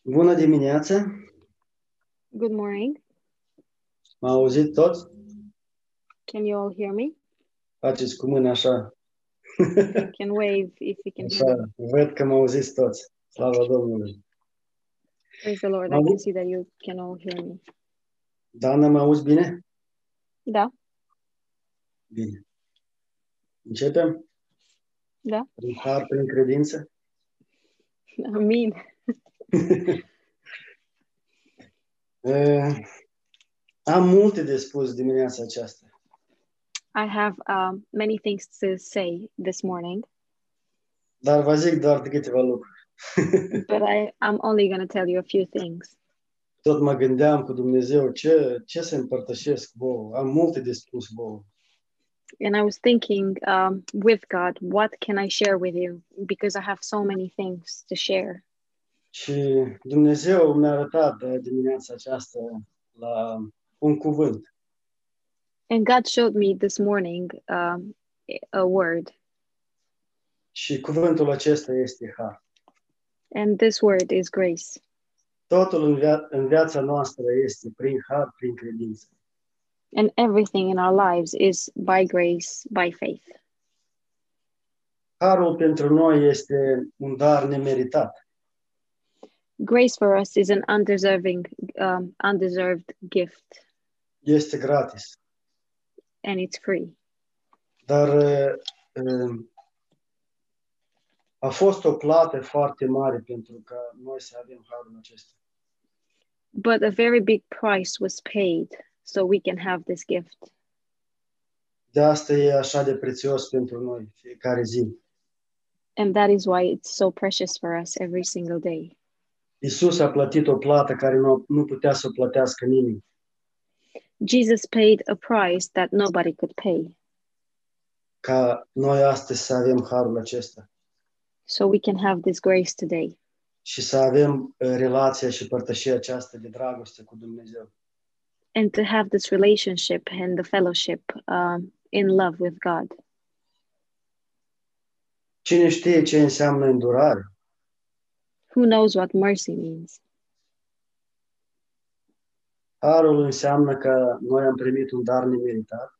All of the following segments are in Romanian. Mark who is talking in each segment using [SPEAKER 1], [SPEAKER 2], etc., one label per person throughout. [SPEAKER 1] Bună dimineața!
[SPEAKER 2] Good morning.
[SPEAKER 1] M-a auzit toți?
[SPEAKER 2] Can you all hear me?
[SPEAKER 1] Faceți cu mâna așa.
[SPEAKER 2] You can wave if you can hear me.
[SPEAKER 1] așa. Văd că m-au auzit toți. Slavă Domnului!
[SPEAKER 2] Praise the Lord. I
[SPEAKER 1] Mă
[SPEAKER 2] can
[SPEAKER 1] aud?
[SPEAKER 2] see that you can all hear me.
[SPEAKER 1] Dana, mă auzi bine?
[SPEAKER 2] Da,
[SPEAKER 1] Bine. Începem?
[SPEAKER 2] Da.
[SPEAKER 1] Prin har, prin credință?
[SPEAKER 2] amin.
[SPEAKER 1] Uh, am multe de spus dimineața aceasta.
[SPEAKER 2] I have um, many things to say this morning,
[SPEAKER 1] Dar vă zic doar de câteva lucruri.
[SPEAKER 2] but I, I'm only going to tell you a few things.
[SPEAKER 1] Tot mă gândeam cu Dumnezeu ce, ce să împărtășesc vouă. Am multe de spus vouă.
[SPEAKER 2] And I was thinking um, with God, what can I share with you? Because I have so many things to share.
[SPEAKER 1] Și Dumnezeu mi-a arătat uh, dimineața aceasta la un cuvânt.
[SPEAKER 2] And God showed me this morning um, a word,
[SPEAKER 1] Și cuvântul acesta este har.
[SPEAKER 2] and this word is grace.
[SPEAKER 1] Totul în, via- în viața noastră este prin har, prin credință.
[SPEAKER 2] And everything in our lives is by grace, by faith.
[SPEAKER 1] Harul pentru noi este un dar nemeritat.
[SPEAKER 2] grace for us is an undeserving um, undeserved gift
[SPEAKER 1] Este gratis.
[SPEAKER 2] and it's free
[SPEAKER 1] Dar uh, uh, a fost o plată foarte mare pentru ca noi să avem harul acesta.
[SPEAKER 2] but a very big price was paid so we can have this gift
[SPEAKER 1] De asta e așa de prețios pentru noi fiecare zi.
[SPEAKER 2] and that is why it's so precious for us every single day
[SPEAKER 1] Isus a plătit o plată care nu, nu putea să o plătească nimeni.
[SPEAKER 2] jesus paid a price that nobody could pay
[SPEAKER 1] ca noi astăzi să avem harul acesta
[SPEAKER 2] so we can have this grace today
[SPEAKER 1] și să avem uh, relația și părtășia aceasta de dragoste cu Dumnezeu.
[SPEAKER 2] and to have this relationship and the fellowship um, in love with god
[SPEAKER 1] Cine știe ce înseamnă îndurare?
[SPEAKER 2] who knows what mercy means
[SPEAKER 1] Harul înseamnă că noi am primit un dar nemeritat,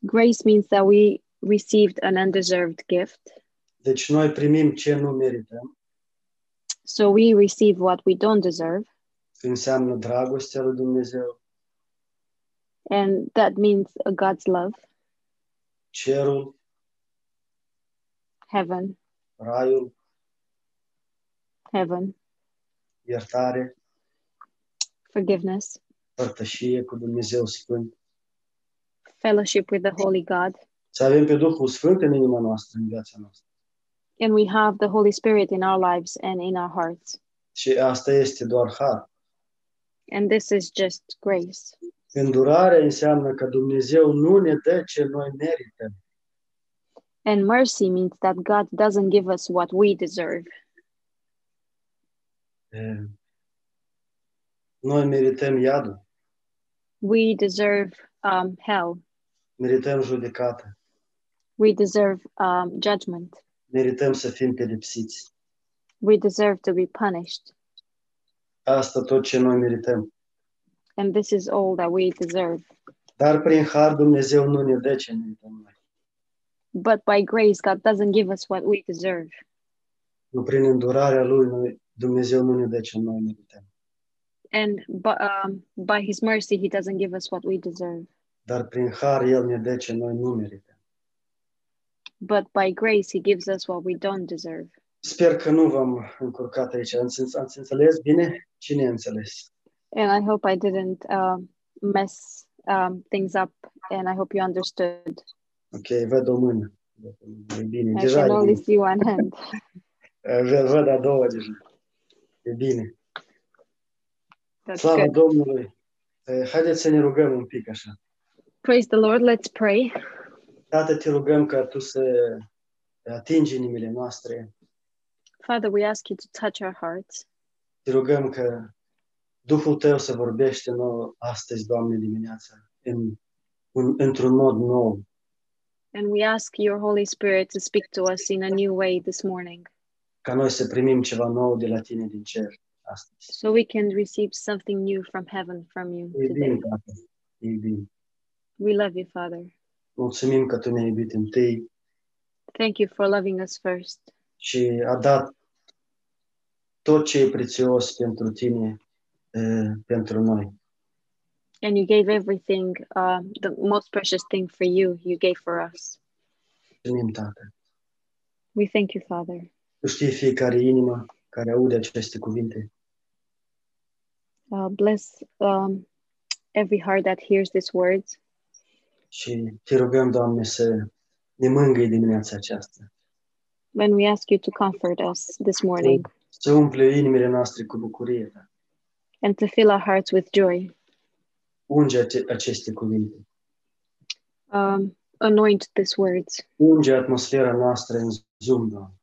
[SPEAKER 2] grace means that we received an undeserved gift
[SPEAKER 1] deci noi primim ce nu merităm,
[SPEAKER 2] so we receive what we don't deserve
[SPEAKER 1] înseamnă dragostea lui Dumnezeu,
[SPEAKER 2] and that means uh, God's love,
[SPEAKER 1] cerul,
[SPEAKER 2] heaven,
[SPEAKER 1] raiul,
[SPEAKER 2] heaven,
[SPEAKER 1] iertare,
[SPEAKER 2] forgiveness,
[SPEAKER 1] părtășie cu Dumnezeu Sfânt.
[SPEAKER 2] fellowship with the Holy God,
[SPEAKER 1] Să avem pe Duhul Sfânt în inima noastră, în viața noastră.
[SPEAKER 2] and we have the Holy Spirit in our lives and in our hearts.
[SPEAKER 1] Și asta este doar har.
[SPEAKER 2] And this is just grace.
[SPEAKER 1] Îndurare înseamnă că Dumnezeu nu ne dă ce noi merităm.
[SPEAKER 2] And mercy means that God doesn't give us what we deserve.
[SPEAKER 1] Eh, Noi merităm iadul,
[SPEAKER 2] We deserve um, hell.
[SPEAKER 1] merităm judecată,
[SPEAKER 2] We deserve um, judgment.
[SPEAKER 1] merităm să fim pedepsiți.
[SPEAKER 2] We deserve to be punished.
[SPEAKER 1] Asta tot ce noi merităm.
[SPEAKER 2] And this is all that we deserve.
[SPEAKER 1] Dar prin har Dumnezeu nu ne dă ce merităm noi.
[SPEAKER 2] But by grace, God doesn't give us what we deserve.
[SPEAKER 1] Nu prin îndurarea Lui noi, Dumnezeu nu ne dă ce noi merităm.
[SPEAKER 2] and by, um, by his mercy he doesn't give us what we deserve
[SPEAKER 1] Dar prin har El ne dă ce noi nu merităm.
[SPEAKER 2] but by grace he gives us what we don't deserve
[SPEAKER 1] Sper că nu v-am încurcat aici. Ați, ați înțeles bine? Cine a înțeles?
[SPEAKER 2] and i hope i didn't um, mess um, things up and i hope you understood
[SPEAKER 1] Ok, văd o mână. E bine,
[SPEAKER 2] i
[SPEAKER 1] deja
[SPEAKER 2] can
[SPEAKER 1] e
[SPEAKER 2] only
[SPEAKER 1] bine.
[SPEAKER 2] see one hand
[SPEAKER 1] Vă- Văd a doua deja. E bine.
[SPEAKER 2] that's
[SPEAKER 1] Slavă
[SPEAKER 2] good
[SPEAKER 1] Domnului! Eh, Haideți să ne rugăm un pic așa.
[SPEAKER 2] praise the lord let's pray
[SPEAKER 1] Tată, te rugăm ca Tu să atingi inimile noastre.
[SPEAKER 2] father we ask you to touch our hearts
[SPEAKER 1] Te rugăm că Duhul Tău să vorbește nouă astăzi, Doamne, dimineața, în, în, într-un mod nou.
[SPEAKER 2] and we ask your holy spirit to speak to us in a new way this morning
[SPEAKER 1] Ca noi să primim ceva nou de la Tine din cer. astăzi.
[SPEAKER 2] so we can receive something new from heaven from you
[SPEAKER 1] E bine,
[SPEAKER 2] today.
[SPEAKER 1] Tată. E bine.
[SPEAKER 2] We love you, Father.
[SPEAKER 1] Mulțumim că Tu ne-ai iubit întâi
[SPEAKER 2] Thank you for loving us first
[SPEAKER 1] și a dat tot ce e prețios pentru Tine, eh, pentru noi.
[SPEAKER 2] and you gave everything, uh, the most precious thing for you, you gave for us.
[SPEAKER 1] Mulțumim, Tată.
[SPEAKER 2] We thank you, Father.
[SPEAKER 1] Tu știi fiecare inimă care aude aceste cuvinte.
[SPEAKER 2] Uh, bless um, every heart that hears these words.
[SPEAKER 1] Și te rugăm, Doamne, să ne mângâi dimineața aceasta.
[SPEAKER 2] When we ask you to comfort us this morning
[SPEAKER 1] Să umple inimile noastre cu bucurie. Tată.
[SPEAKER 2] and to fill our hearts with joy,
[SPEAKER 1] Unge ace- aceste cuvinte.
[SPEAKER 2] um, anoint these words,
[SPEAKER 1] Unge atmosfera noastră în Zoom, Doamne,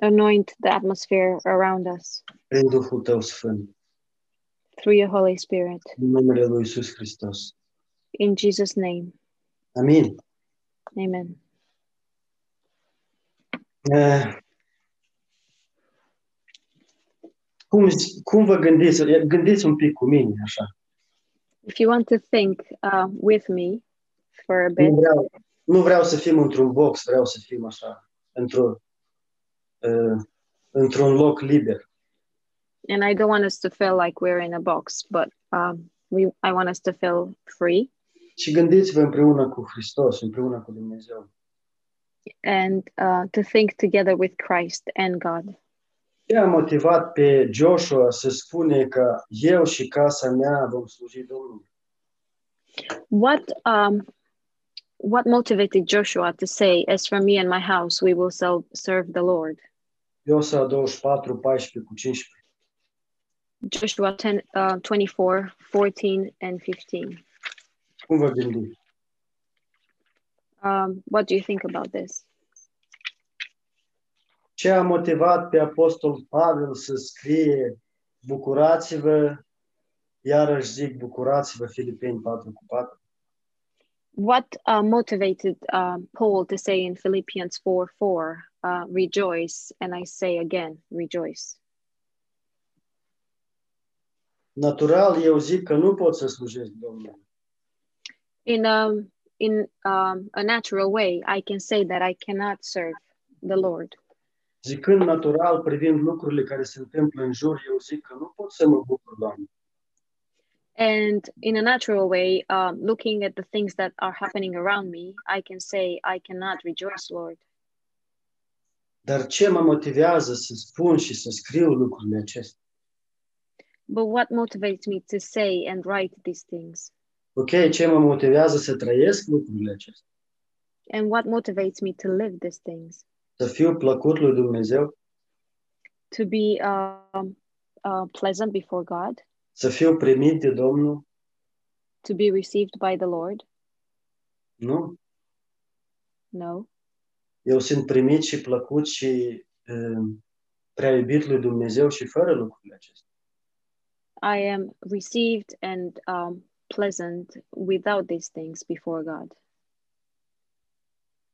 [SPEAKER 2] anoint the atmosphere around us
[SPEAKER 1] prin Duhul Tău Sfânt,
[SPEAKER 2] through your Holy Spirit.
[SPEAKER 1] în numele Lui Iisus Hristos.
[SPEAKER 2] In Jesus' name,
[SPEAKER 1] Amin.
[SPEAKER 2] amen.
[SPEAKER 1] Eh, Cum, cum vă gândiți? Gândiți un pic cu mine, așa.
[SPEAKER 2] If you want to think uh, with me for a bit,
[SPEAKER 1] Nu vreau, nu vreau să fim într-un box, vreau să fim așa, într-un, uh, într-un loc liber.
[SPEAKER 2] and I don't want us to feel like we're in a box, but um, we I want us to feel free
[SPEAKER 1] Și gândiți-vă împreună cu Hristos, împreună cu Dumnezeu.
[SPEAKER 2] and uh, to think together with Christ and God.
[SPEAKER 1] Ce a motivat pe Joshua să spune că eu și casa mea vom sluji Domnului?
[SPEAKER 2] What um, what motivated Joshua to say, "As for me and my house, we will so- serve the Lord"?
[SPEAKER 1] Iosua 24, 14 cu 15.
[SPEAKER 2] Joshua 10, uh, 24, 14, and 15.
[SPEAKER 1] Cum vă gândiți?
[SPEAKER 2] Um, what do you think about this?
[SPEAKER 1] Ce a motivat pe Apostol Pavel să scrie Bucurați-vă, iarăși zic, bucurați-vă, Filipeni 4 cu 4.
[SPEAKER 2] What uh, motivated um Paul to say in Philippians 4 4, uh, rejoice, and I say again, rejoice?
[SPEAKER 1] Natural, eu zic că nu pot să slujesc Domnului.
[SPEAKER 2] in um in um, a natural way i can say that i cannot serve the lord
[SPEAKER 1] Zicând natural, privind lucrurile care se întâmplă în jur, eu zic că nu pot să mă bucur, Doamne.
[SPEAKER 2] and in a natural way um, looking at the things that are happening around me i can say i cannot rejoice lord
[SPEAKER 1] Dar ce mă motivează să spun și să scriu lucrurile acestea?
[SPEAKER 2] but what motivates me to say and write these things
[SPEAKER 1] Ok, ce mă motivează să trăiesc lucrurile acestea?
[SPEAKER 2] and what motivates me to live these things
[SPEAKER 1] Să fiu plăcut lui Dumnezeu?
[SPEAKER 2] to be um, uh, pleasant before god
[SPEAKER 1] Să fiu primit de Domnul?
[SPEAKER 2] to be received by the lord
[SPEAKER 1] Nu.
[SPEAKER 2] no
[SPEAKER 1] Eu sunt primit și plăcut și uh, prea iubit lui Dumnezeu și fără lucrurile acestea.
[SPEAKER 2] i am received and um, pleasant without these things before god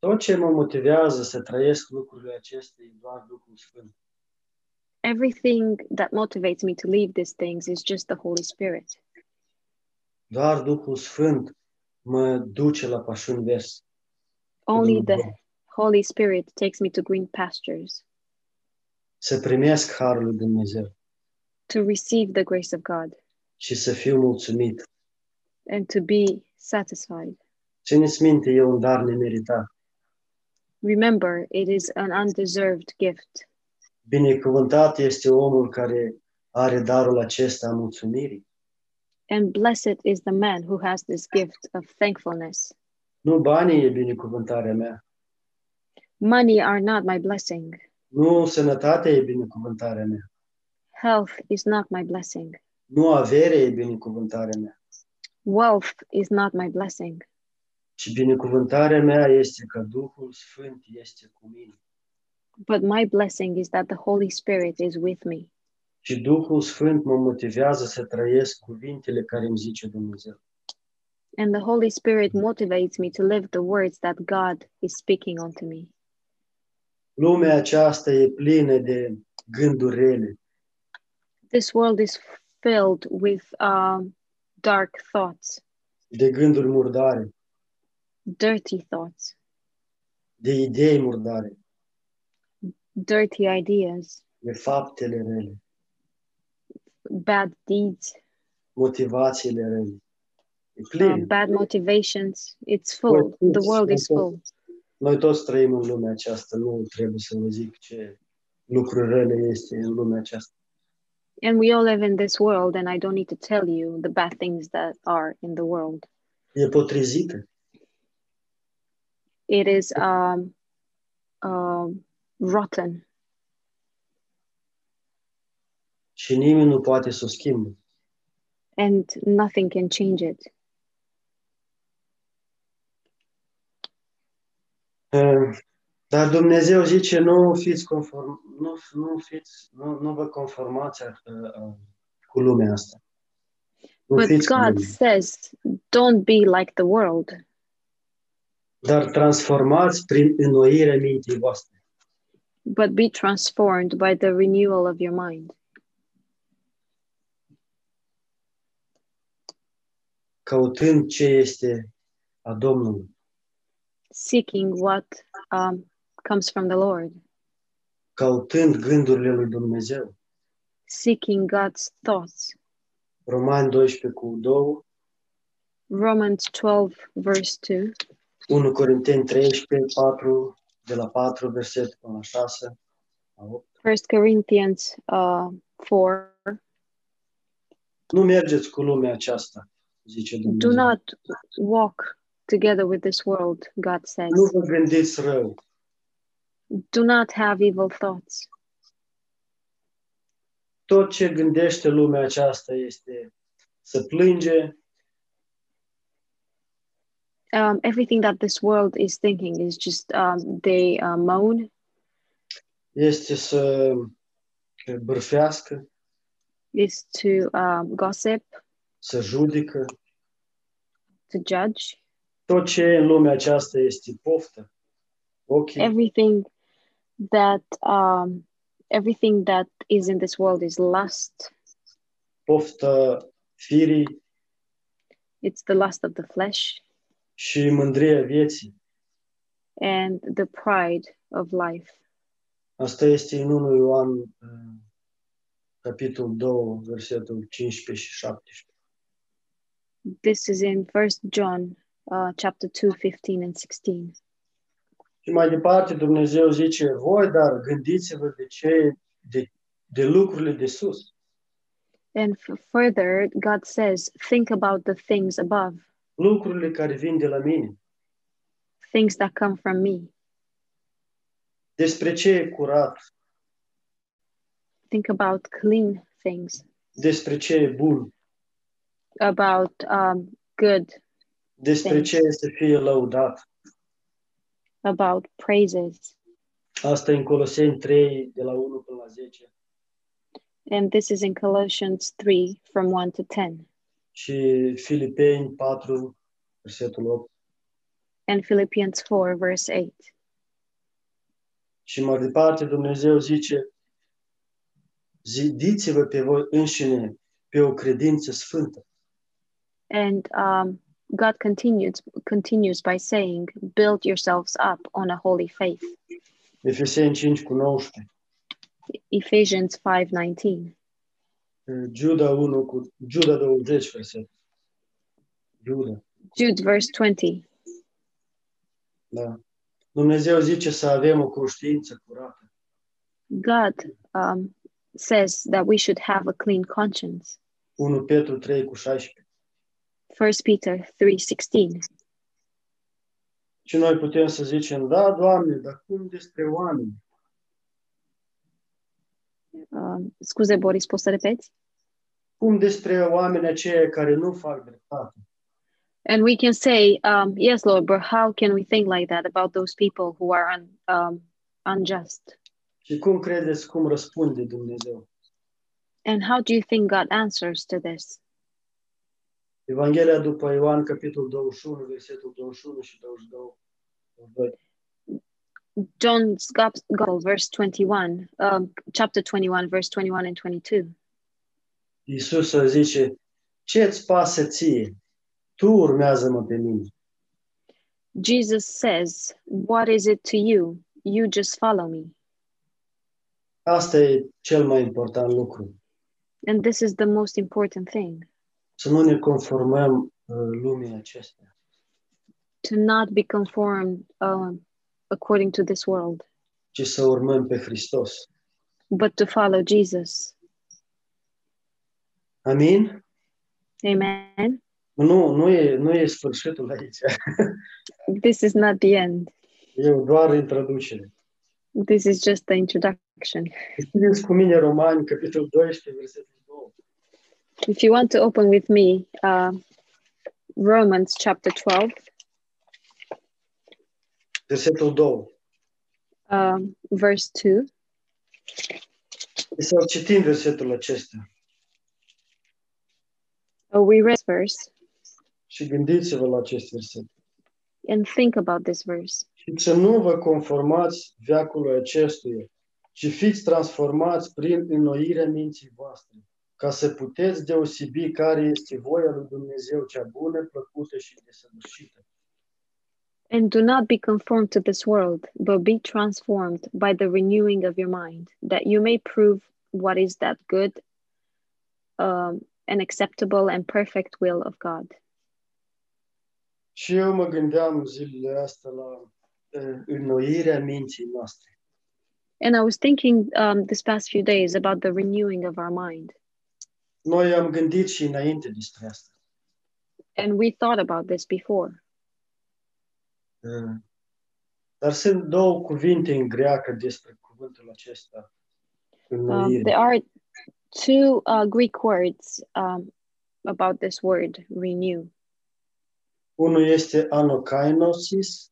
[SPEAKER 1] Tot ce mă motivează să trăiesc lucrurile acestea e doar Duhul Sfânt.
[SPEAKER 2] everything that motivates me to leave these things is just the Holy Spirit.
[SPEAKER 1] Doar Duhul Sfânt mă duce la pașun vers.
[SPEAKER 2] Only the
[SPEAKER 1] Mhm.
[SPEAKER 2] Holy Spirit takes me to green pastures
[SPEAKER 1] Să primesc harul lui Dumnezeu
[SPEAKER 2] to receive the grace of God
[SPEAKER 1] și să fiu mulțumit.
[SPEAKER 2] and to be satisfied.
[SPEAKER 1] Țineți minte, e un dar nemeritat.
[SPEAKER 2] Remember, it is an undeserved gift.
[SPEAKER 1] Binecuvântat este omul care are darul acesta a mulțumirii.
[SPEAKER 2] And blessed is the man who has this gift of thankfulness.
[SPEAKER 1] Nu banii e binecuvântarea mea,
[SPEAKER 2] Money are not my blessing,
[SPEAKER 1] nu sănătatea e binecuvântarea mea,
[SPEAKER 2] health is not my blessing,
[SPEAKER 1] nu averea e binecuvântarea mea.
[SPEAKER 2] wealth is not my blessing.
[SPEAKER 1] Și binecuvântarea mea este că Duhul Sfânt este cu mine.
[SPEAKER 2] But my blessing is that the Holy Spirit is with me.
[SPEAKER 1] Și Duhul Sfânt mă motivează să trăiesc cuvintele care îmi zice Dumnezeu.
[SPEAKER 2] And the Holy Spirit motivates me to live the words that God is speaking unto me.
[SPEAKER 1] Lumea aceasta e plină de gânduri rele,
[SPEAKER 2] This world is filled with um, dark thoughts,
[SPEAKER 1] de gânduri murdare,
[SPEAKER 2] dirty thoughts,
[SPEAKER 1] de idei murdare,
[SPEAKER 2] dirty ideas,
[SPEAKER 1] de faptele rele,
[SPEAKER 2] bad deeds,
[SPEAKER 1] motivațiile rele. E
[SPEAKER 2] uh,
[SPEAKER 1] plin.
[SPEAKER 2] bad motivations. It's full. The world is full.
[SPEAKER 1] Noi toți trăim în lumea aceasta, nu trebuie să vă zic ce lucruri rele este în lumea aceasta.
[SPEAKER 2] And we all live in this world, and I don't need to tell you the bad things that are in the world.
[SPEAKER 1] E potrizită.
[SPEAKER 2] It is um, um, rotten,
[SPEAKER 1] Și nimeni nu poate să o schimbe.
[SPEAKER 2] and nothing can change it.
[SPEAKER 1] Uh, Dar Dumnezeu zice, nu fiți conform, nu, nu fiți, nu, nu vă conformați uh, uh, cu lumea asta. Nu
[SPEAKER 2] But
[SPEAKER 1] fiți cu
[SPEAKER 2] God
[SPEAKER 1] lumea.
[SPEAKER 2] says, don't be like the world,
[SPEAKER 1] dar transformați prin înnoirea minții voastre.
[SPEAKER 2] but be transformed by the renewal of your mind.
[SPEAKER 1] căutând ce este a Domnului,
[SPEAKER 2] seeking what um, comes from the Lord,
[SPEAKER 1] căutând gândurile lui Dumnezeu.
[SPEAKER 2] seeking God's thoughts.
[SPEAKER 1] Romani 12 cu 2,
[SPEAKER 2] Romans 12, verse 2,
[SPEAKER 1] 1 Corinteni 13, 4, de la 4 verset până la 6, la 8.
[SPEAKER 2] 1 Corinthians uh, 4.
[SPEAKER 1] Nu mergeți cu lumea aceasta, zice Dumnezeu.
[SPEAKER 2] Do not walk together with this world, God says.
[SPEAKER 1] Nu vă gândiți rău,
[SPEAKER 2] Do not have evil thoughts.
[SPEAKER 1] tot ce gândește lumea aceasta este să plânge,
[SPEAKER 2] Um, everything that this world is thinking is just um, they uh, moan,
[SPEAKER 1] este să bârfească,
[SPEAKER 2] is to um, gossip,
[SPEAKER 1] să judică.
[SPEAKER 2] to judge.
[SPEAKER 1] Tot ce e în lumea aceasta este poftă. Ochii,
[SPEAKER 2] everything that um, everything that is in this world is lust.
[SPEAKER 1] poftă firii
[SPEAKER 2] It's the lust of the flesh
[SPEAKER 1] și mândria vieții.
[SPEAKER 2] and the pride of life.
[SPEAKER 1] Asta este în 1 Ioan, uh, capitolul 2, versetul 15 și 17.
[SPEAKER 2] This is in First John uh, chapter 2, 15 and 16.
[SPEAKER 1] Și mai departe Dumnezeu zice, voi, dar gândiți-vă de ce, de, de lucrurile de sus.
[SPEAKER 2] And f- further, God says, think about the things above,
[SPEAKER 1] Lucrurile care vin de la mine.
[SPEAKER 2] things that come from me.
[SPEAKER 1] Despre ce e curat,
[SPEAKER 2] Think about clean things,
[SPEAKER 1] despre ce e bun,
[SPEAKER 2] about um, good,
[SPEAKER 1] despre
[SPEAKER 2] Thanks.
[SPEAKER 1] ce e să fie lăudat.
[SPEAKER 2] about praises.
[SPEAKER 1] Asta e în Coloseni 3, de la 1 până la 10.
[SPEAKER 2] And this is in Colossians 3 from 1 to 10.
[SPEAKER 1] și Filipeni 4, versetul 8.
[SPEAKER 2] and Philippians 4, verse 8.
[SPEAKER 1] Și mai departe Dumnezeu zice, zidiți-vă pe voi înșine pe o credință sfântă.
[SPEAKER 2] And um, God continues, continues by saying, Build yourselves up on a holy faith.
[SPEAKER 1] Efeseni 5 cu 19,
[SPEAKER 2] Ephesians 5, 19.
[SPEAKER 1] Eh, Giuda 1 cu Giuda 20 verset. Giuda,
[SPEAKER 2] Jude, verse 20.
[SPEAKER 1] da. Dumnezeu zice să avem o conștiință curată.
[SPEAKER 2] God um, says that we should have a clean conscience.
[SPEAKER 1] 1 Petru 3 cu 16.
[SPEAKER 2] 1 Peter 3, 16.
[SPEAKER 1] Și noi putem să zicem, da, Doamne, dar cum despre oameni?
[SPEAKER 2] Um, scuze, Boris, poți să repeți?
[SPEAKER 1] Cum despre oameni aceia care nu fac dreptate?
[SPEAKER 2] And we can say, um, Yes, Lord, but how can we think like that about those people who are un, um, unjust?
[SPEAKER 1] Și cum credeți cum răspunde Dumnezeu?
[SPEAKER 2] And how do you think God answers to this?
[SPEAKER 1] Evanghelia după Ioan, capitolul 21, versetul 21 și 22. 22.
[SPEAKER 2] John's Gospel, verse 21, um, chapter 21, verse 21 and 22.
[SPEAKER 1] Iisus îi zice, ce-ți pasă ție? Tu urmează-mă pe mine.
[SPEAKER 2] Jesus says, What is it to you? You just follow me.
[SPEAKER 1] Asta e cel mai important lucru.
[SPEAKER 2] And this is the most important thing
[SPEAKER 1] Să nu ne conformăm uh, lumii acestea.
[SPEAKER 2] to not be conformed um, according to this world,
[SPEAKER 1] ci să urmăm pe Hristos.
[SPEAKER 2] but to follow Jesus.
[SPEAKER 1] Amin?
[SPEAKER 2] Amen.
[SPEAKER 1] Nu, nu e, nu e sfârșitul aici.
[SPEAKER 2] This is not the end.
[SPEAKER 1] E doar introducere.
[SPEAKER 2] This is just the introduction.
[SPEAKER 1] Deschideți cu mine Romani, capitolul 12, versetul 2.
[SPEAKER 2] If you want to open with me, uh, Romans chapter 12,
[SPEAKER 1] Versetul 2.
[SPEAKER 2] um, verse 2.
[SPEAKER 1] Să citim versetul acesta.
[SPEAKER 2] Uh, we read this verse
[SPEAKER 1] Și gândiți-vă la acest verset.
[SPEAKER 2] and think about this verse.
[SPEAKER 1] Și să nu vă conformați veacului acestuia, ci fiți transformați prin înnoirea minții voastre, ca să puteți deosebi care este voia lui Dumnezeu cea bună, plăcută și desăvârșită.
[SPEAKER 2] And do not be conformed to this world, but be transformed by the renewing of your mind, that you may prove what is that good um, and acceptable and perfect will of God.
[SPEAKER 1] Și eu mă gândeam zilele astea la eh, înnoirea minții noastre.
[SPEAKER 2] And I was thinking um, this past few days about the renewing of our mind.
[SPEAKER 1] Noi am gândit și înainte despre asta.
[SPEAKER 2] And we thought about this before.
[SPEAKER 1] Eh, Dar sunt două cuvinte în greacă despre cuvântul acesta. Oh,
[SPEAKER 2] Um,
[SPEAKER 1] Înnoire.
[SPEAKER 2] there are two uh, Greek words um, about this word, renew.
[SPEAKER 1] Unul este anokainosis,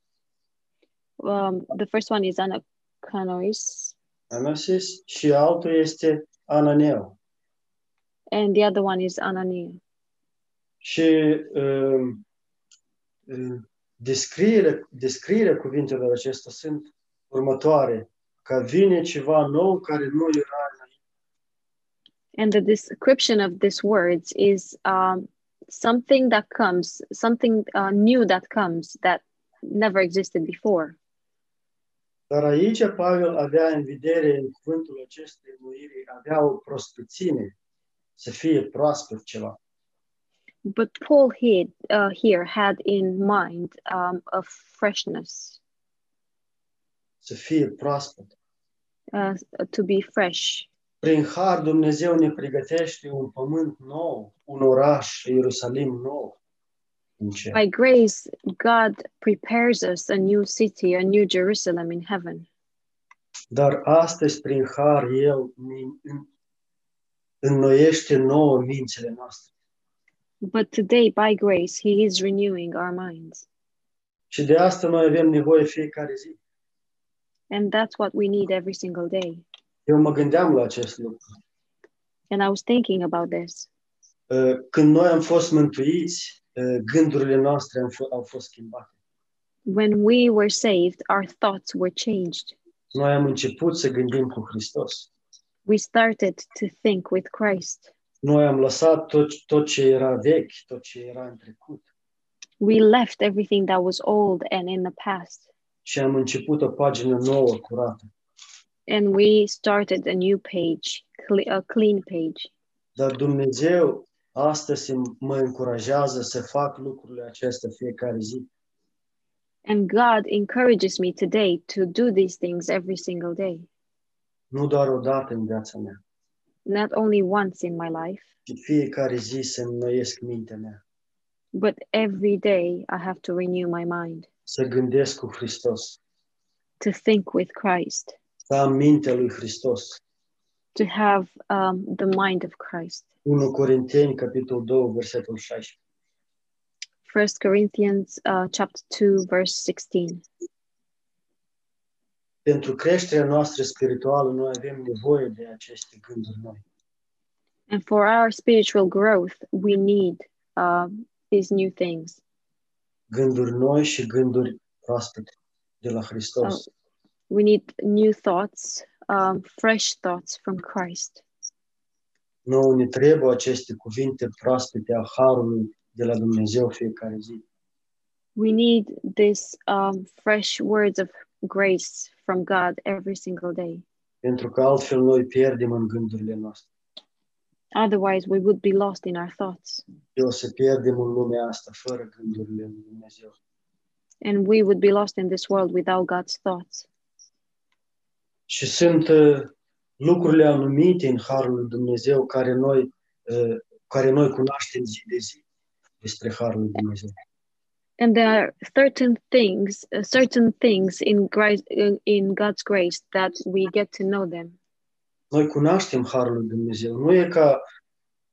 [SPEAKER 2] Um, the first one is anakanois,
[SPEAKER 1] Anasis și altul este Ananeu.
[SPEAKER 2] and the other one is anania.
[SPEAKER 1] Și um, um, descrierea, descrierea cuvintelor acestea sunt următoare. Că vine ceva nou care nu era
[SPEAKER 2] And the description of these words is um, something that comes, something uh, new that comes that never existed before.
[SPEAKER 1] Dar aici Pavel avea în vedere în cuvântul acestei înnoiri, avea o prospețime, să fie proaspăt ceva.
[SPEAKER 2] But Paul here, uh, here had in mind um, a freshness,
[SPEAKER 1] Să fie proaspăt.
[SPEAKER 2] uh, to be fresh.
[SPEAKER 1] Prin har Dumnezeu ne pregătește un pământ nou, un oraș, Ierusalim nou. În cer.
[SPEAKER 2] By grace, God prepares us a new city, a new Jerusalem in heaven.
[SPEAKER 1] Dar astăzi, prin har, El ne în- înnoiește nouă mințile noastre.
[SPEAKER 2] But today, by grace, He is renewing our minds.
[SPEAKER 1] Și de asta noi avem nevoie fiecare zi.
[SPEAKER 2] And that's what we need every single day.
[SPEAKER 1] Eu mă gândeam la acest lucru.
[SPEAKER 2] And I was thinking about this.
[SPEAKER 1] Uh, Când noi am fost mântuiți, uh, gândurile noastre am f- au fost schimbate.
[SPEAKER 2] when we were saved, our thoughts were changed.
[SPEAKER 1] Noi am început să gândim cu Hristos.
[SPEAKER 2] We started to think with Christ.
[SPEAKER 1] Noi am lăsat tot, tot ce era vechi, tot ce era în trecut.
[SPEAKER 2] We left everything that was old and in the past,
[SPEAKER 1] Și am început o pagină nouă, curată.
[SPEAKER 2] and we started a new page, cle- a clean page.
[SPEAKER 1] Dar Dumnezeu astăzi mă încurajează să fac lucrurile acestea fiecare zi.
[SPEAKER 2] And God encourages me today to do these things every single day,
[SPEAKER 1] nu doar o dată în viața mea,
[SPEAKER 2] not only once in my life,
[SPEAKER 1] ci fiecare zi să înnoiesc mintea mea,
[SPEAKER 2] but every day I have to renew my mind,
[SPEAKER 1] să gândesc cu Hristos,
[SPEAKER 2] to think with Christ,
[SPEAKER 1] să am mintea lui Hristos.
[SPEAKER 2] to have um, the mind of Christ.
[SPEAKER 1] 1 Corinteni, capitolul 2, versetul 16.
[SPEAKER 2] First Corinthians uh, chapter 2 verse 16.
[SPEAKER 1] Pentru creșterea noastră spirituală, noi avem nevoie de aceste gânduri noi.
[SPEAKER 2] And for our spiritual growth, we need um, these new things,
[SPEAKER 1] Gânduri noi și gânduri proaspete de la Hristos.
[SPEAKER 2] um, we need new thoughts, um, fresh thoughts from Christ.
[SPEAKER 1] Nouă ne trebuie aceste cuvinte proaspete a Harului de la Dumnezeu fiecare zi.
[SPEAKER 2] We need this um, fresh words of grace from God every single day.
[SPEAKER 1] Pentru că altfel noi pierdem în gândurile noastre.
[SPEAKER 2] Otherwise, we would be lost in our thoughts
[SPEAKER 1] Eu să pierdem în lumea asta fără gândurile lui Dumnezeu.
[SPEAKER 2] and we would be lost in this world without God's thoughts.
[SPEAKER 1] Și sunt uh, lucrurile anumite în Harul lui Dumnezeu care noi, uh, care noi cunoaștem zi de zi despre Harul lui Dumnezeu.
[SPEAKER 2] And there are certain things, uh, certain things in, grace, in, in God's grace that we get to know them.
[SPEAKER 1] Noi cunoaștem Harul lui Dumnezeu. Nu e ca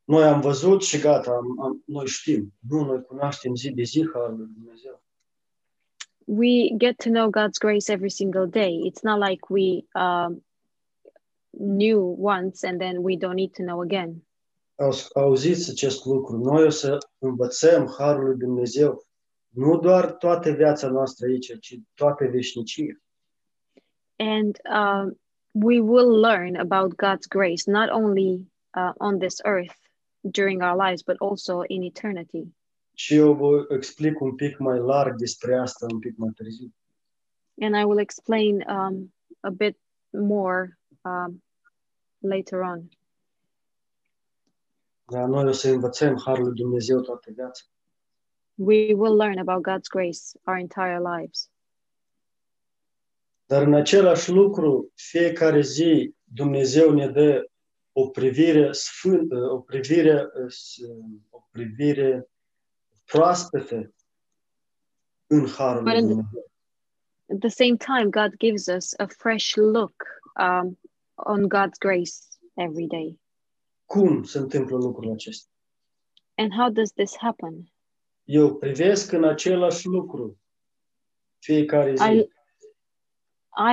[SPEAKER 1] noi am văzut și gata, am, am, noi știm. Nu, noi cunoaștem zi de zi Harul lui Dumnezeu.
[SPEAKER 2] We get to know God's grace every single day. It's not like we um, knew once and then we don't need to know again.
[SPEAKER 1] Au- Auziți acest lucru. Noi o să învățăm Harul lui Dumnezeu nu doar toată viața noastră aici, ci toată veșnicia.
[SPEAKER 2] And um, we will learn about God's grace not only uh, on this earth during our lives, but also in eternity.
[SPEAKER 1] Și eu vă explic un pic mai larg despre asta un pic mai târziu.
[SPEAKER 2] and I will explain um, a bit more um, later on.
[SPEAKER 1] Dar noi o să învățăm Harul lui Dumnezeu toată viața.
[SPEAKER 2] We will learn about God's grace our entire lives.
[SPEAKER 1] Dar în același lucru, fiecare zi Dumnezeu ne dă o privire sfântă, o privire, uh, s- o privire proaspătă în Harul lui
[SPEAKER 2] Părinte.
[SPEAKER 1] Dumnezeu.
[SPEAKER 2] At the same time, God gives us a fresh look um, on God's grace every day.
[SPEAKER 1] Cum se întâmplă lucrul acesta?
[SPEAKER 2] And how does this happen?
[SPEAKER 1] Eu privesc în același lucru fiecare zi.
[SPEAKER 2] I,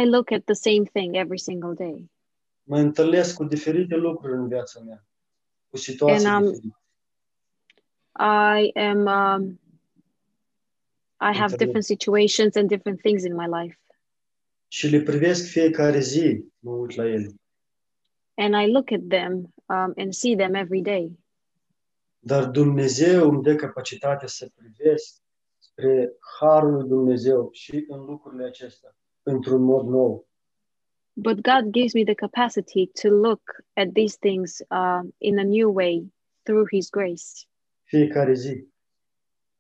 [SPEAKER 2] I look at the same thing every single day.
[SPEAKER 1] Mă întâlnesc cu diferite lucruri în viața mea, cu situații
[SPEAKER 2] And, um,
[SPEAKER 1] diferite.
[SPEAKER 2] I am, um, I have
[SPEAKER 1] Înțeleg.
[SPEAKER 2] different situations and different things in my life.
[SPEAKER 1] și le privesc fiecare zi, mă uit la ele.
[SPEAKER 2] And I look at them um, and see them every day.
[SPEAKER 1] Dar Dumnezeu îmi dă capacitatea să privesc spre Harul lui Dumnezeu și în lucrurile acestea, într-un mod nou.
[SPEAKER 2] but God gives me the capacity to look at these things uh, in a new way through His grace
[SPEAKER 1] Fiecare zi.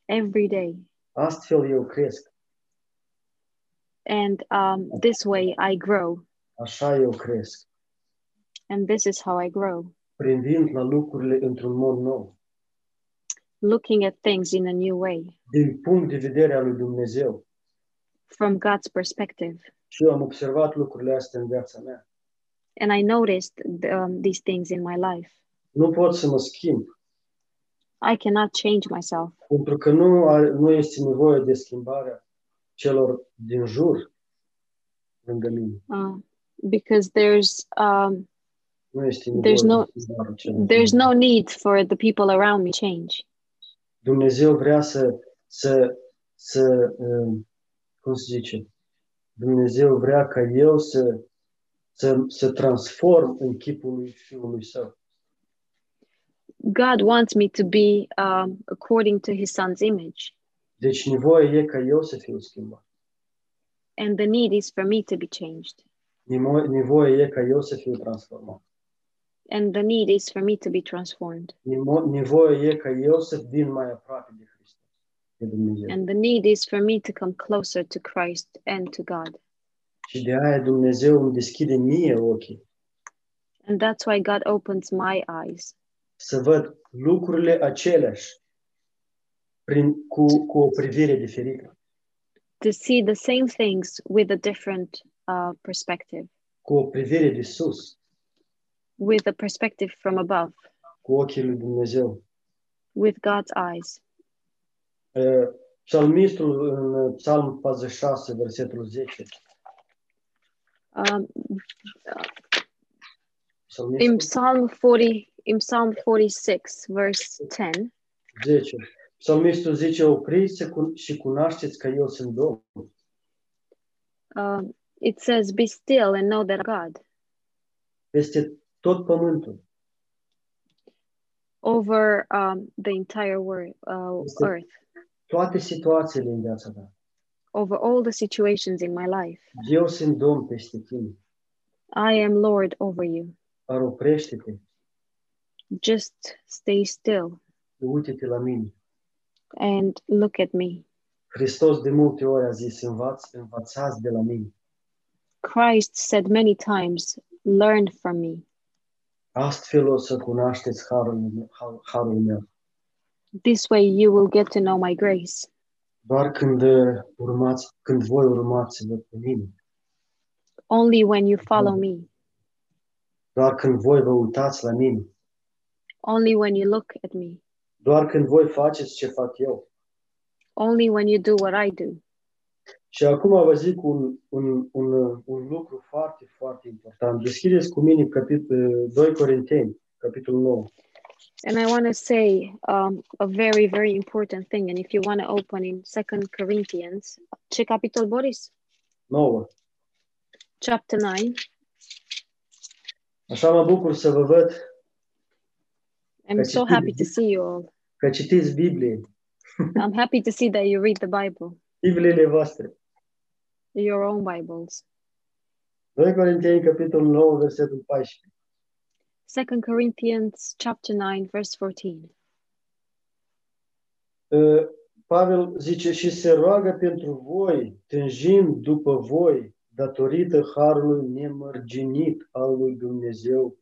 [SPEAKER 2] every day.
[SPEAKER 1] Astfel eu cresc,
[SPEAKER 2] And um, this way I grow,
[SPEAKER 1] așa eu cresc,
[SPEAKER 2] and this is how I grow
[SPEAKER 1] privind la lucrurile într-un mod nou,
[SPEAKER 2] looking at things in a new way
[SPEAKER 1] din punct de vedere al lui Dumnezeu.
[SPEAKER 2] from God's perspective.
[SPEAKER 1] Și eu am observat lucrurile astea în viața mea.
[SPEAKER 2] And I noticed um, these things in my life.
[SPEAKER 1] Nu pot să mă schimb,
[SPEAKER 2] I cannot change myself
[SPEAKER 1] pentru că nu, are- nu este nevoie de schimbarea celor din jur lângă mine.
[SPEAKER 2] uh, because there's um,
[SPEAKER 1] Nu este
[SPEAKER 2] There's
[SPEAKER 1] nevoie
[SPEAKER 2] no-
[SPEAKER 1] de schimbare celor
[SPEAKER 2] there's
[SPEAKER 1] din
[SPEAKER 2] no need for the people around me change.
[SPEAKER 1] Dumnezeu vrea să, să, să um, cum se zice, Dumnezeu vrea ca eu să, să, să transform în chipul lui Fiului Său.
[SPEAKER 2] God wants me to be um, according to His Son's image.
[SPEAKER 1] Deci nevoie e ca eu să fiu schimbat.
[SPEAKER 2] and the need is for me to be changed
[SPEAKER 1] Nemo- Nevoie e ca eu să fiu transformat.
[SPEAKER 2] and the need is for me to be transformed
[SPEAKER 1] Nemo- Nevoie e ca eu să vin mai aproape de Hristos, de Dumnezeu.
[SPEAKER 2] and the need is for me to come closer to christ and to god
[SPEAKER 1] Și de aia Dumnezeu îmi deschide mie ochii
[SPEAKER 2] and that's why god opens my eyes
[SPEAKER 1] să văd lucrurile aceleași prin, cu, cu o privire diferită.
[SPEAKER 2] to see the same things with a different uh, perspective
[SPEAKER 1] cu o privire de sus,
[SPEAKER 2] with a perspective from above
[SPEAKER 1] cu ochii lui Dumnezeu.
[SPEAKER 2] with god's eyes
[SPEAKER 1] Uh, Psalmistul în uh, Psalm 46, versetul 10.
[SPEAKER 2] um,
[SPEAKER 1] Psalmistul
[SPEAKER 2] in psalm 40 in psalm 46 verse 10
[SPEAKER 1] 10. Psalmistul zice, opriți cu- și cunoașteți că eu sunt Domnul.
[SPEAKER 2] um, it says be still and know that god
[SPEAKER 1] Peste tot pământul
[SPEAKER 2] over um, the entire wor- uh,
[SPEAKER 1] Este-
[SPEAKER 2] earth,
[SPEAKER 1] toate situațiile în viața ta.
[SPEAKER 2] over all the situations in my life.
[SPEAKER 1] Eu sunt Domn peste tine,
[SPEAKER 2] I am Lord over you.
[SPEAKER 1] dar oprește-te,
[SPEAKER 2] Just stay still
[SPEAKER 1] uite-te la mine.
[SPEAKER 2] and look at me.
[SPEAKER 1] Hristos de multe ori a zis, învați, învățați de la mine.
[SPEAKER 2] Christ said many times, Learn from me.
[SPEAKER 1] Astfel o să cunoașteți harul, meu- har- harul meu.
[SPEAKER 2] This way you will get to know my grace
[SPEAKER 1] Doar când, uh, urmați, când voi urmați-vă pe mine,
[SPEAKER 2] only when you follow me,
[SPEAKER 1] doar când voi vă uitați la mine,
[SPEAKER 2] only when you look at me,
[SPEAKER 1] doar când voi faceți ce fac eu.
[SPEAKER 2] only when you do what I do.
[SPEAKER 1] Și acum vă zic un, un, un, uh, un lucru foarte, foarte important. Deschideți cu mine capit, uh, 2 Corinteni, capitolul 9.
[SPEAKER 2] And I want to say um, a very, very important thing. And if you want to open in Second Corinthians, ce capitol, Boris?
[SPEAKER 1] 9.
[SPEAKER 2] Chapter 9.
[SPEAKER 1] Așa mă bucur să vă văd
[SPEAKER 2] I'm
[SPEAKER 1] Căci
[SPEAKER 2] so
[SPEAKER 1] știi-
[SPEAKER 2] happy to see you all.
[SPEAKER 1] că citiți Biblie,
[SPEAKER 2] I'm happy to see that you read the Bible,
[SPEAKER 1] Bibliile voastre.
[SPEAKER 2] your own Bibles.
[SPEAKER 1] 2 Corinteni, capitolul 9, versetul 14.
[SPEAKER 2] Second Corinthians chapter 9, verse 14.
[SPEAKER 1] Uh, Pavel zice, și se roagă pentru voi, tânjind după voi, datorită harului nemărginit al lui Dumnezeu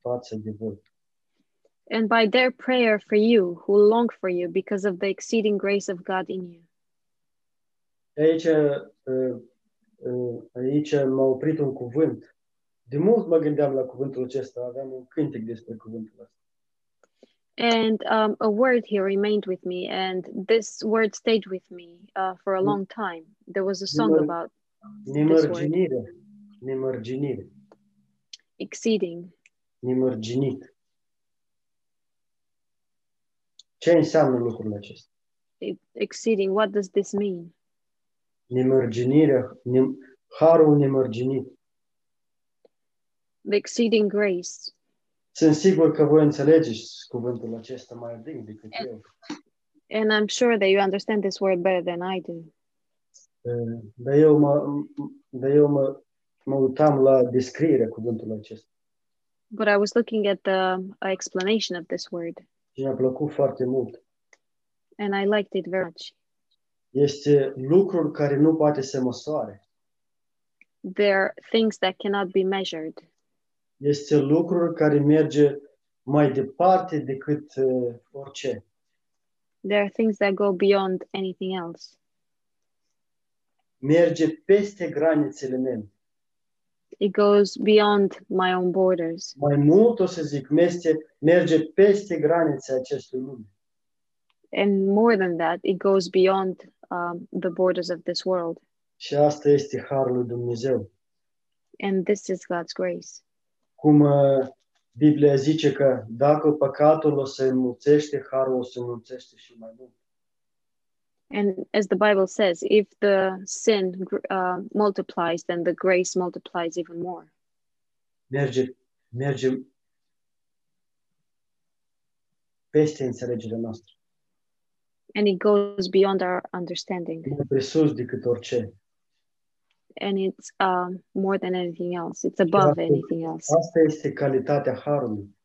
[SPEAKER 1] față de voi.
[SPEAKER 2] And by their prayer for you, who long for you because of the exceeding grace of God in you.
[SPEAKER 1] Aici, uh, uh, aici m-a oprit un cuvânt. De mult mă gândeam la cuvântul acesta, aveam un cântec despre cuvântul ăsta.
[SPEAKER 2] And um, a word here remained with me, and this word stayed with me uh, for a long time. There was a song
[SPEAKER 1] Număr-
[SPEAKER 2] about
[SPEAKER 1] Nemărginire, nemărginire,
[SPEAKER 2] exceeding.
[SPEAKER 1] nemărginit. Ce înseamnă lucrul acesta?
[SPEAKER 2] e- Exceeding, what does this mean?
[SPEAKER 1] nemărginirea, ne, harul nemărginit.
[SPEAKER 2] The exceeding grace.
[SPEAKER 1] Sunt sigur că voi înțelegeți cuvântul acesta mai adânc decât eu.
[SPEAKER 2] And I'm sure that you understand this word better than I do.
[SPEAKER 1] Uh, Dar eu mă, dar eu mă, mă uitam la descrierea cuvântului acesta
[SPEAKER 2] But I was looking at the uh, explanation of this word,
[SPEAKER 1] și mi-a plăcut foarte mult.
[SPEAKER 2] and I liked it very much.
[SPEAKER 1] Este lucrul care nu poate să măsoare.
[SPEAKER 2] There are things that cannot be measured.
[SPEAKER 1] Este lucrul care merge mai departe decât uh, orice.
[SPEAKER 2] There are things that go beyond anything else.
[SPEAKER 1] Merge peste granițele mele.
[SPEAKER 2] It goes beyond my own borders.
[SPEAKER 1] Mai mult o să zic, meste, merge peste granițele acestui lume.
[SPEAKER 2] and more than that, it goes beyond um, the borders of this world.
[SPEAKER 1] Și asta este harul lui Dumnezeu.
[SPEAKER 2] And this is God's grace.
[SPEAKER 1] Cum uh, Biblia zice că dacă păcatul o să înmulțește, harul o să înmulțește și mai mult.
[SPEAKER 2] And as the Bible says, if the sin gr- uh, multiplies, then the grace multiplies even more.
[SPEAKER 1] Merge, merge peste înțelegerea noastră,
[SPEAKER 2] And it goes beyond our understanding.
[SPEAKER 1] mai presus decât orice.
[SPEAKER 2] And it's um, more than anything else, it's above
[SPEAKER 1] Exactly.
[SPEAKER 2] anything else.
[SPEAKER 1] Asta este calitatea harului.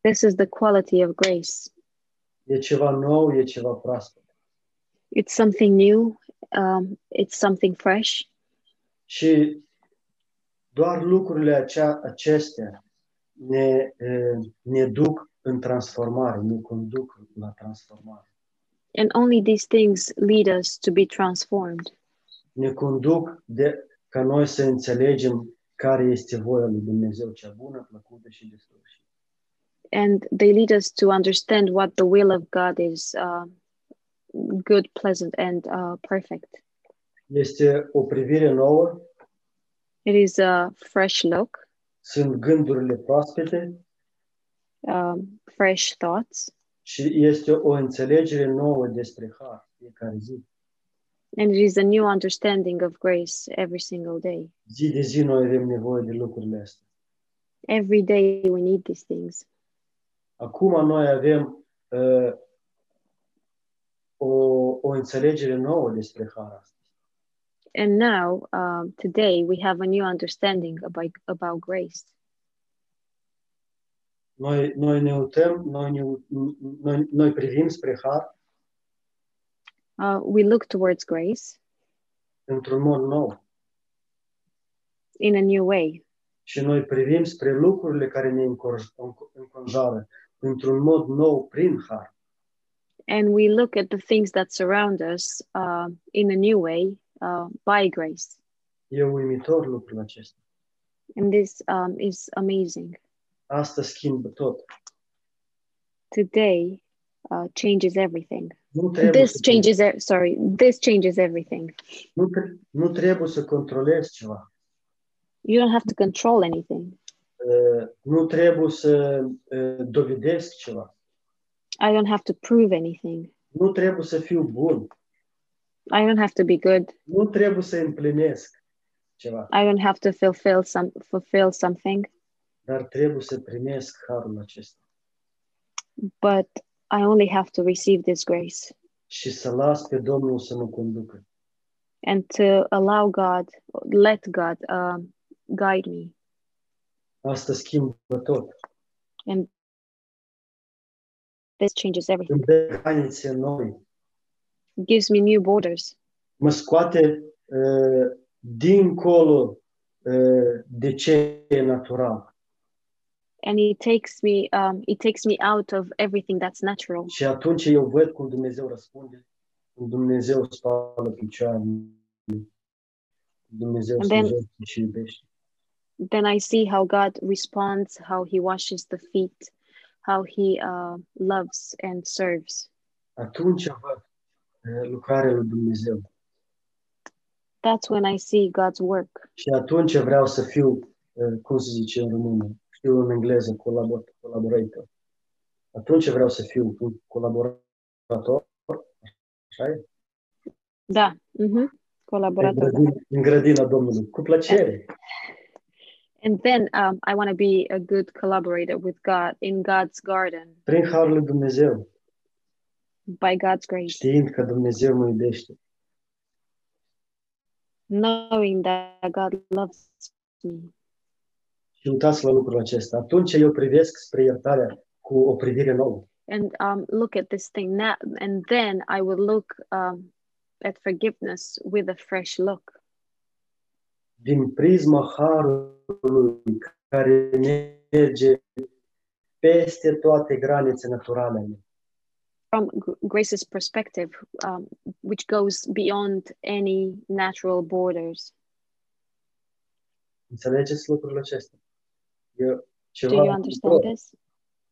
[SPEAKER 2] This is the quality of grace.
[SPEAKER 1] E ceva nou, e ceva proaspăt.
[SPEAKER 2] It's something new, um, it's something fresh.
[SPEAKER 1] Și doar lucrurile acea, acestea ne, uh, ne duc în transformare, ne conduc la transformare.
[SPEAKER 2] And only these things lead us to be transformed.
[SPEAKER 1] ne conduc de, ca noi să înțelegem care este voia lui Dumnezeu, cea bună, plăcută și desăvârșită.
[SPEAKER 2] and they lead us to understand what the will of God is uh, good, pleasant, and uh, perfect.
[SPEAKER 1] Este o privire nouă,
[SPEAKER 2] It is a fresh look,
[SPEAKER 1] sunt gândurile proaspete
[SPEAKER 2] um, fresh thoughts,
[SPEAKER 1] și este o înțelegere nouă despre har fiecare zi.
[SPEAKER 2] and it is a new understanding of grace every single day.
[SPEAKER 1] Zi de zi noi avem nevoie de lucrurile astea.
[SPEAKER 2] Every day we need these things.
[SPEAKER 1] Acum noi avem uh, o, o înțelegere nouă despre har asta.
[SPEAKER 2] And now, um, today, we have a new understanding about, about grace.
[SPEAKER 1] Noi, noi ne uităm, noi, ne, u- noi, noi privim spre har
[SPEAKER 2] Uh, we look towards grace
[SPEAKER 1] într-un mod nou
[SPEAKER 2] in a new way,
[SPEAKER 1] și noi privim spre lucrurile care ne încor- înco- înconjoară într-un mod nou prin har.
[SPEAKER 2] and we look at the things that surround us uh, in a new way uh, by grace.
[SPEAKER 1] E uimitor lucrul acesta.
[SPEAKER 2] And this um, is amazing.
[SPEAKER 1] Asta schimbă tot.
[SPEAKER 2] Today uh, changes everything.
[SPEAKER 1] Nu trebuie,
[SPEAKER 2] This
[SPEAKER 1] să,
[SPEAKER 2] changes, e- sorry, this changes everything.
[SPEAKER 1] nu, tre- nu trebuie să controlezi ceva.
[SPEAKER 2] You don't have to control anything.
[SPEAKER 1] Uh, nu trebuie să uh, dovedesc ceva.
[SPEAKER 2] I don't have to prove anything.
[SPEAKER 1] Nu trebuie să fiu bun.
[SPEAKER 2] I don't have to be good.
[SPEAKER 1] Nu trebuie să împlinesc ceva.
[SPEAKER 2] I don't have to fulfill some fulfill something,
[SPEAKER 1] Dar trebuie să primesc harul acesta
[SPEAKER 2] but I only have to receive this grace
[SPEAKER 1] și să las pe Domnul să mă conducă.
[SPEAKER 2] and to allow God, let God um, guide me.
[SPEAKER 1] Asta schimbă tot.
[SPEAKER 2] And this changes everything.
[SPEAKER 1] Îmi dă granițe noi.
[SPEAKER 2] It gives me new borders.
[SPEAKER 1] Mă scoate uh, dincolo uh, de ce e natural
[SPEAKER 2] And it takes me, um, it takes me out of everything that's natural.
[SPEAKER 1] și atunci eu văd cum Dumnezeu răspunde, cum Dumnezeu spală picioarele, cum Dumnezeu
[SPEAKER 2] And then-
[SPEAKER 1] slujește și iubește.
[SPEAKER 2] Then I see how God responds, how He washes the feet, how He uh, loves and serves.
[SPEAKER 1] atunci văd uh, lucrarea lui Dumnezeu.
[SPEAKER 2] That's when I see God's work.
[SPEAKER 1] Și atunci vreau să fiu, uh, cum se zice în română, știu în engleză, colabor- collaborator. Atunci vreau să fiu un colaborator, așa e?
[SPEAKER 2] Da. Mm-hmm.
[SPEAKER 1] În
[SPEAKER 2] Collaborator.
[SPEAKER 1] grădina, în grădina Domnului, cu plăcere.
[SPEAKER 2] And then um, I want to be a good collaborator with God in God's garden
[SPEAKER 1] Prin harul lui Dumnezeu,
[SPEAKER 2] by God's grace,
[SPEAKER 1] știind că Dumnezeu mă iubește,
[SPEAKER 2] knowing that God loves me.
[SPEAKER 1] și uitați la lucrul acesta. Atunci eu privesc spre iertarea cu o privire nouă.
[SPEAKER 2] And um, look at this thing now. And then I will look um, at forgiveness with a fresh look
[SPEAKER 1] din prisma harului care merge peste toate granițe naturale.
[SPEAKER 2] from Gr- Grace's perspective, um, which goes beyond any natural borders.
[SPEAKER 1] Înțelegeți lucrul acesta? E
[SPEAKER 2] Do
[SPEAKER 1] ceva
[SPEAKER 2] you understand this?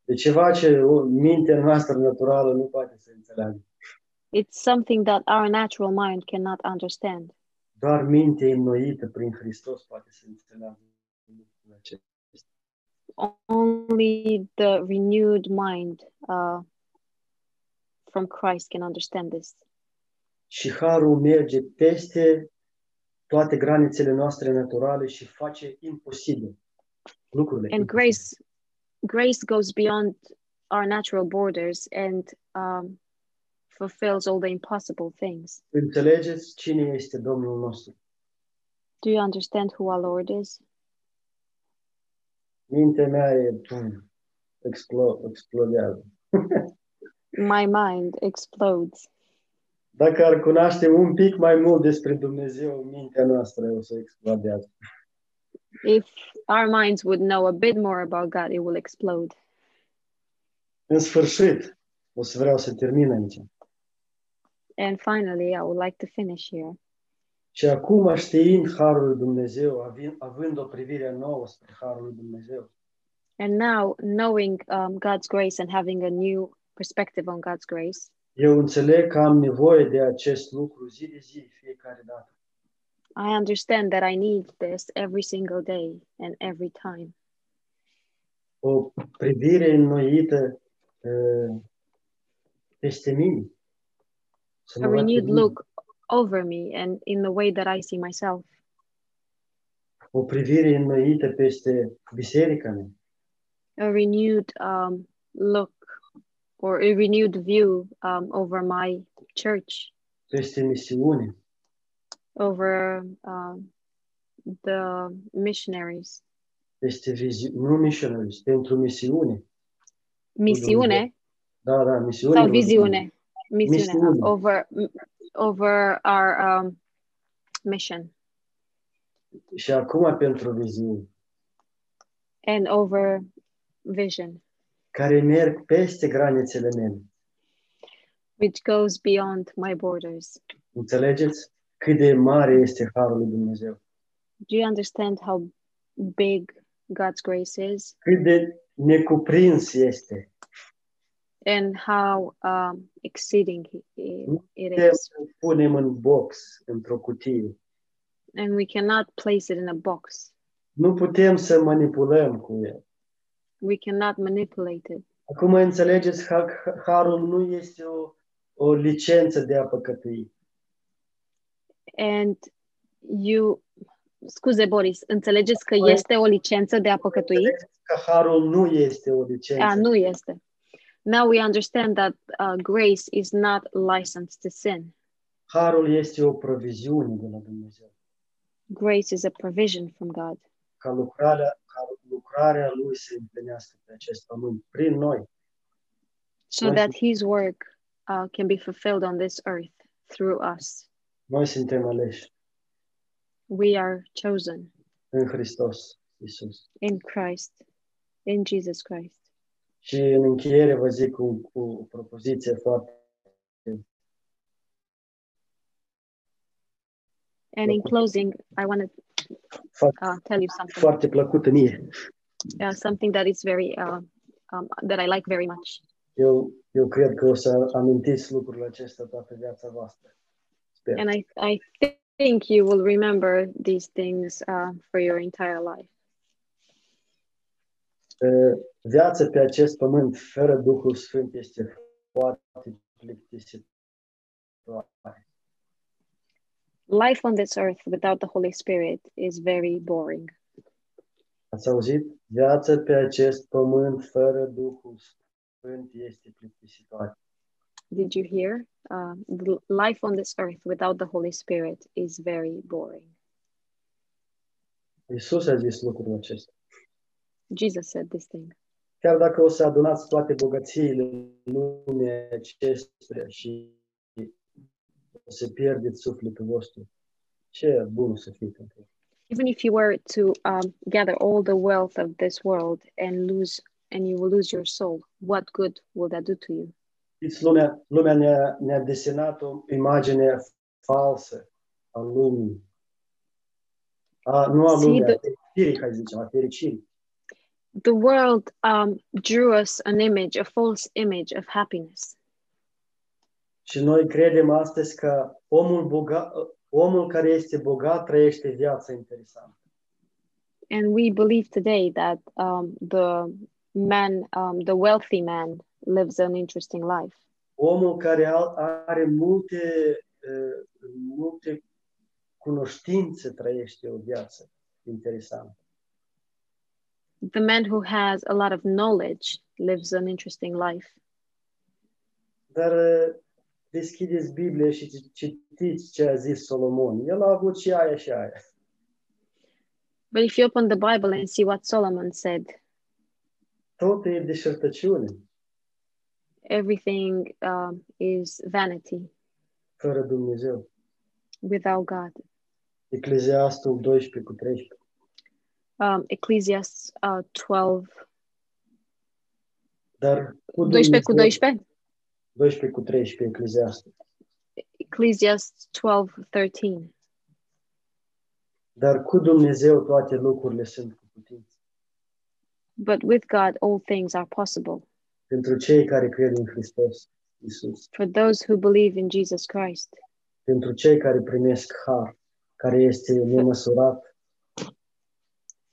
[SPEAKER 1] de ceva ce o, mintea noastră naturală nu poate să înțeleagă.
[SPEAKER 2] It's something that our natural mind cannot understand.
[SPEAKER 1] Doar mintea înnoită prin Hristos poate să înțeleagă lucrul acesta.
[SPEAKER 2] only the renewed mind uh, from Christ can understand this.
[SPEAKER 1] Și harul merge peste toate granițele noastre naturale și face imposibil lucrurile.
[SPEAKER 2] And
[SPEAKER 1] imposibile.
[SPEAKER 2] grace, grace goes beyond our natural borders and um, fulfills all the impossible things.
[SPEAKER 1] Înțelegeți cine este Domnul nostru.
[SPEAKER 2] Do you understand who our Lord is?
[SPEAKER 1] Mintea mea e pum, explo, explodează.
[SPEAKER 2] My mind explodes.
[SPEAKER 1] Dacă ar cunoaște un pic mai mult despre Dumnezeu, mintea noastră o să explodează.
[SPEAKER 2] If our minds would know a bit more about God, it will explode.
[SPEAKER 1] În sfârșit, o să vreau să termin aici.
[SPEAKER 2] And finally, I would like to finish here.
[SPEAKER 1] Și acum, știind Harul lui Dumnezeu, avi- având o privire nouă spre Harul lui Dumnezeu,
[SPEAKER 2] And now, knowing um, God's grace and having a new perspective on God's grace,
[SPEAKER 1] eu înțeleg că am nevoie de acest lucru zi de zi, fiecare dată.
[SPEAKER 2] I understand that I need this every single day and every time.
[SPEAKER 1] O privire înnoită uh, peste mine. Să
[SPEAKER 2] A
[SPEAKER 1] mă uit pe
[SPEAKER 2] renewed
[SPEAKER 1] mine.
[SPEAKER 2] look over me and in the way that I see myself,
[SPEAKER 1] o privire înnoită peste biserica mea,
[SPEAKER 2] a renewed um, look or a renewed view um, over my church,
[SPEAKER 1] peste misiune,
[SPEAKER 2] over um, the missionaries.
[SPEAKER 1] peste vizi- nu missionaries, pentru misiune.
[SPEAKER 2] Misiune
[SPEAKER 1] Da, da, misiune.
[SPEAKER 2] sau
[SPEAKER 1] vă spun.
[SPEAKER 2] viziune? Misiune.
[SPEAKER 1] Misiune.
[SPEAKER 2] Over, over our um, mission
[SPEAKER 1] Și acum pentru viziune,
[SPEAKER 2] and over vision,
[SPEAKER 1] care merg peste granițele mele.
[SPEAKER 2] which goes beyond my borders.
[SPEAKER 1] Înțelegeți cât de mare este harul lui Dumnezeu?
[SPEAKER 2] Do you understand how big God's grace is?
[SPEAKER 1] Cât de necuprins este?
[SPEAKER 2] and how um, exceeding he- he- it
[SPEAKER 1] Putem
[SPEAKER 2] is.
[SPEAKER 1] să punem în box, într-o cutie.
[SPEAKER 2] And we cannot place it in a box.
[SPEAKER 1] Nu putem să manipulăm cu el.
[SPEAKER 2] We cannot manipulate it.
[SPEAKER 1] Acum înțelegeți, ha- harul nu este o, o licență de a păcătui.
[SPEAKER 2] And you, scuze Boris, înțelegeți că
[SPEAKER 1] Corect.
[SPEAKER 2] este o licență de a păcătui?
[SPEAKER 1] Înțelegeți că harul nu este o
[SPEAKER 2] A,
[SPEAKER 1] licență.
[SPEAKER 2] nu Ah, este. Now we understand that uh, grace is not licensed to sin.
[SPEAKER 1] Harul este o proviziune de la Dumnezeu.
[SPEAKER 2] Grace is a provision from God
[SPEAKER 1] Ca lucrarea, ca lucrarea lui se împlinească pe acest pământ, prin noi.
[SPEAKER 2] so that his work uh, can be fulfilled on this earth through us.
[SPEAKER 1] Noi suntem aleși
[SPEAKER 2] We are chosen
[SPEAKER 1] în Hristos Isus.
[SPEAKER 2] in Christ, in Jesus Christ.
[SPEAKER 1] Și în încheiere vă zic cu, cu o propoziție foarte...
[SPEAKER 2] And in closing, I want to
[SPEAKER 1] Foarte,
[SPEAKER 2] uh, tell you something,
[SPEAKER 1] foarte plăcută mie.
[SPEAKER 2] uh, something that is very, uh, um, that I like very much.
[SPEAKER 1] Eu, eu cred că o să amintiți lucrul acesta toată viața voastră. Sper.
[SPEAKER 2] And I, I thi- think you will remember these things uh, for your entire life.
[SPEAKER 1] Uh, Viața pe acest pământ fără Duhul Sfânt este foarte plictisitoare.
[SPEAKER 2] Life on this earth without the Holy Spirit is very boring.
[SPEAKER 1] Ați auzit? Viața pe acest pământ fără Duhul Sfânt este plictisitoare.
[SPEAKER 2] Did you hear? Uh, the life on this earth without the Holy Spirit is very boring.
[SPEAKER 1] Iisus a zis lucrul acesta.
[SPEAKER 2] Jesus said this thing.
[SPEAKER 1] Chiar dacă o să adunați toate bogățiile lumii acestea și o să pierdeți sufletul vostru, ce bun o să fie pentru voi.
[SPEAKER 2] Even if you were to um, gather all the wealth of this world and lose, and you will lose your soul, what good will that do to you?
[SPEAKER 1] Știți, lumea, lumea ne-a, ne-a desenat o imagine falsă a lumii. A, nu a
[SPEAKER 2] See
[SPEAKER 1] lumii, a
[SPEAKER 2] the-
[SPEAKER 1] fericirii, hai să zicem, a fericirii.
[SPEAKER 2] the world um, drew us an image, a false image of happiness.
[SPEAKER 1] Și noi credem astăzi că omul, boga, omul care este bogat trăiește viața interesantă.
[SPEAKER 2] And we believe today that um, the man, um, the wealthy man, lives an interesting life.
[SPEAKER 1] Omul care al- are multe, eh, multe cunoștințe trăiește o viață interesantă.
[SPEAKER 2] The man who has a lot of knowledge lives an interesting life.
[SPEAKER 1] Dar eh, deschideți Biblie și ci- citiți ce a zis Solomon. El a avut și aia și aia.
[SPEAKER 2] But if you open the Bible and see what Solomon said,
[SPEAKER 1] Totul e deșertăciune,
[SPEAKER 2] everything um, is vanity
[SPEAKER 1] fără Dumnezeu.
[SPEAKER 2] without God.
[SPEAKER 1] Ecleziastul 12 cu 13.
[SPEAKER 2] Um, Ecclesiastes uh, 12,
[SPEAKER 1] Dar cu
[SPEAKER 2] 12 cu
[SPEAKER 1] Dumnezeu-
[SPEAKER 2] 12?
[SPEAKER 1] 12 cu 13, Ecleziastul.
[SPEAKER 2] Ecclesiastes 12, 13.
[SPEAKER 1] Dar cu Dumnezeu toate lucrurile sunt cu putință.
[SPEAKER 2] But with God, all things are possible.
[SPEAKER 1] Pentru cei care cred în Hristos Isus.
[SPEAKER 2] for those who believe in Jesus Christ,
[SPEAKER 1] Pentru cei care primesc har, care este nemăsurat,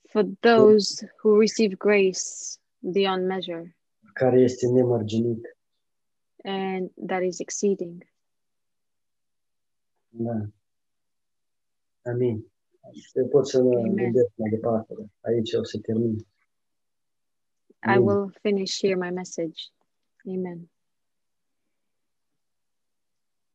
[SPEAKER 2] for those who receive grace beyond measure
[SPEAKER 1] care este nemărginit.
[SPEAKER 2] and that is exceeding.
[SPEAKER 1] Da. Amin. Eu pot să mă
[SPEAKER 2] Amen.
[SPEAKER 1] gândesc mai departe. dar Aici o să termin.
[SPEAKER 2] I
[SPEAKER 1] Bun.
[SPEAKER 2] will finish here my message. Amen.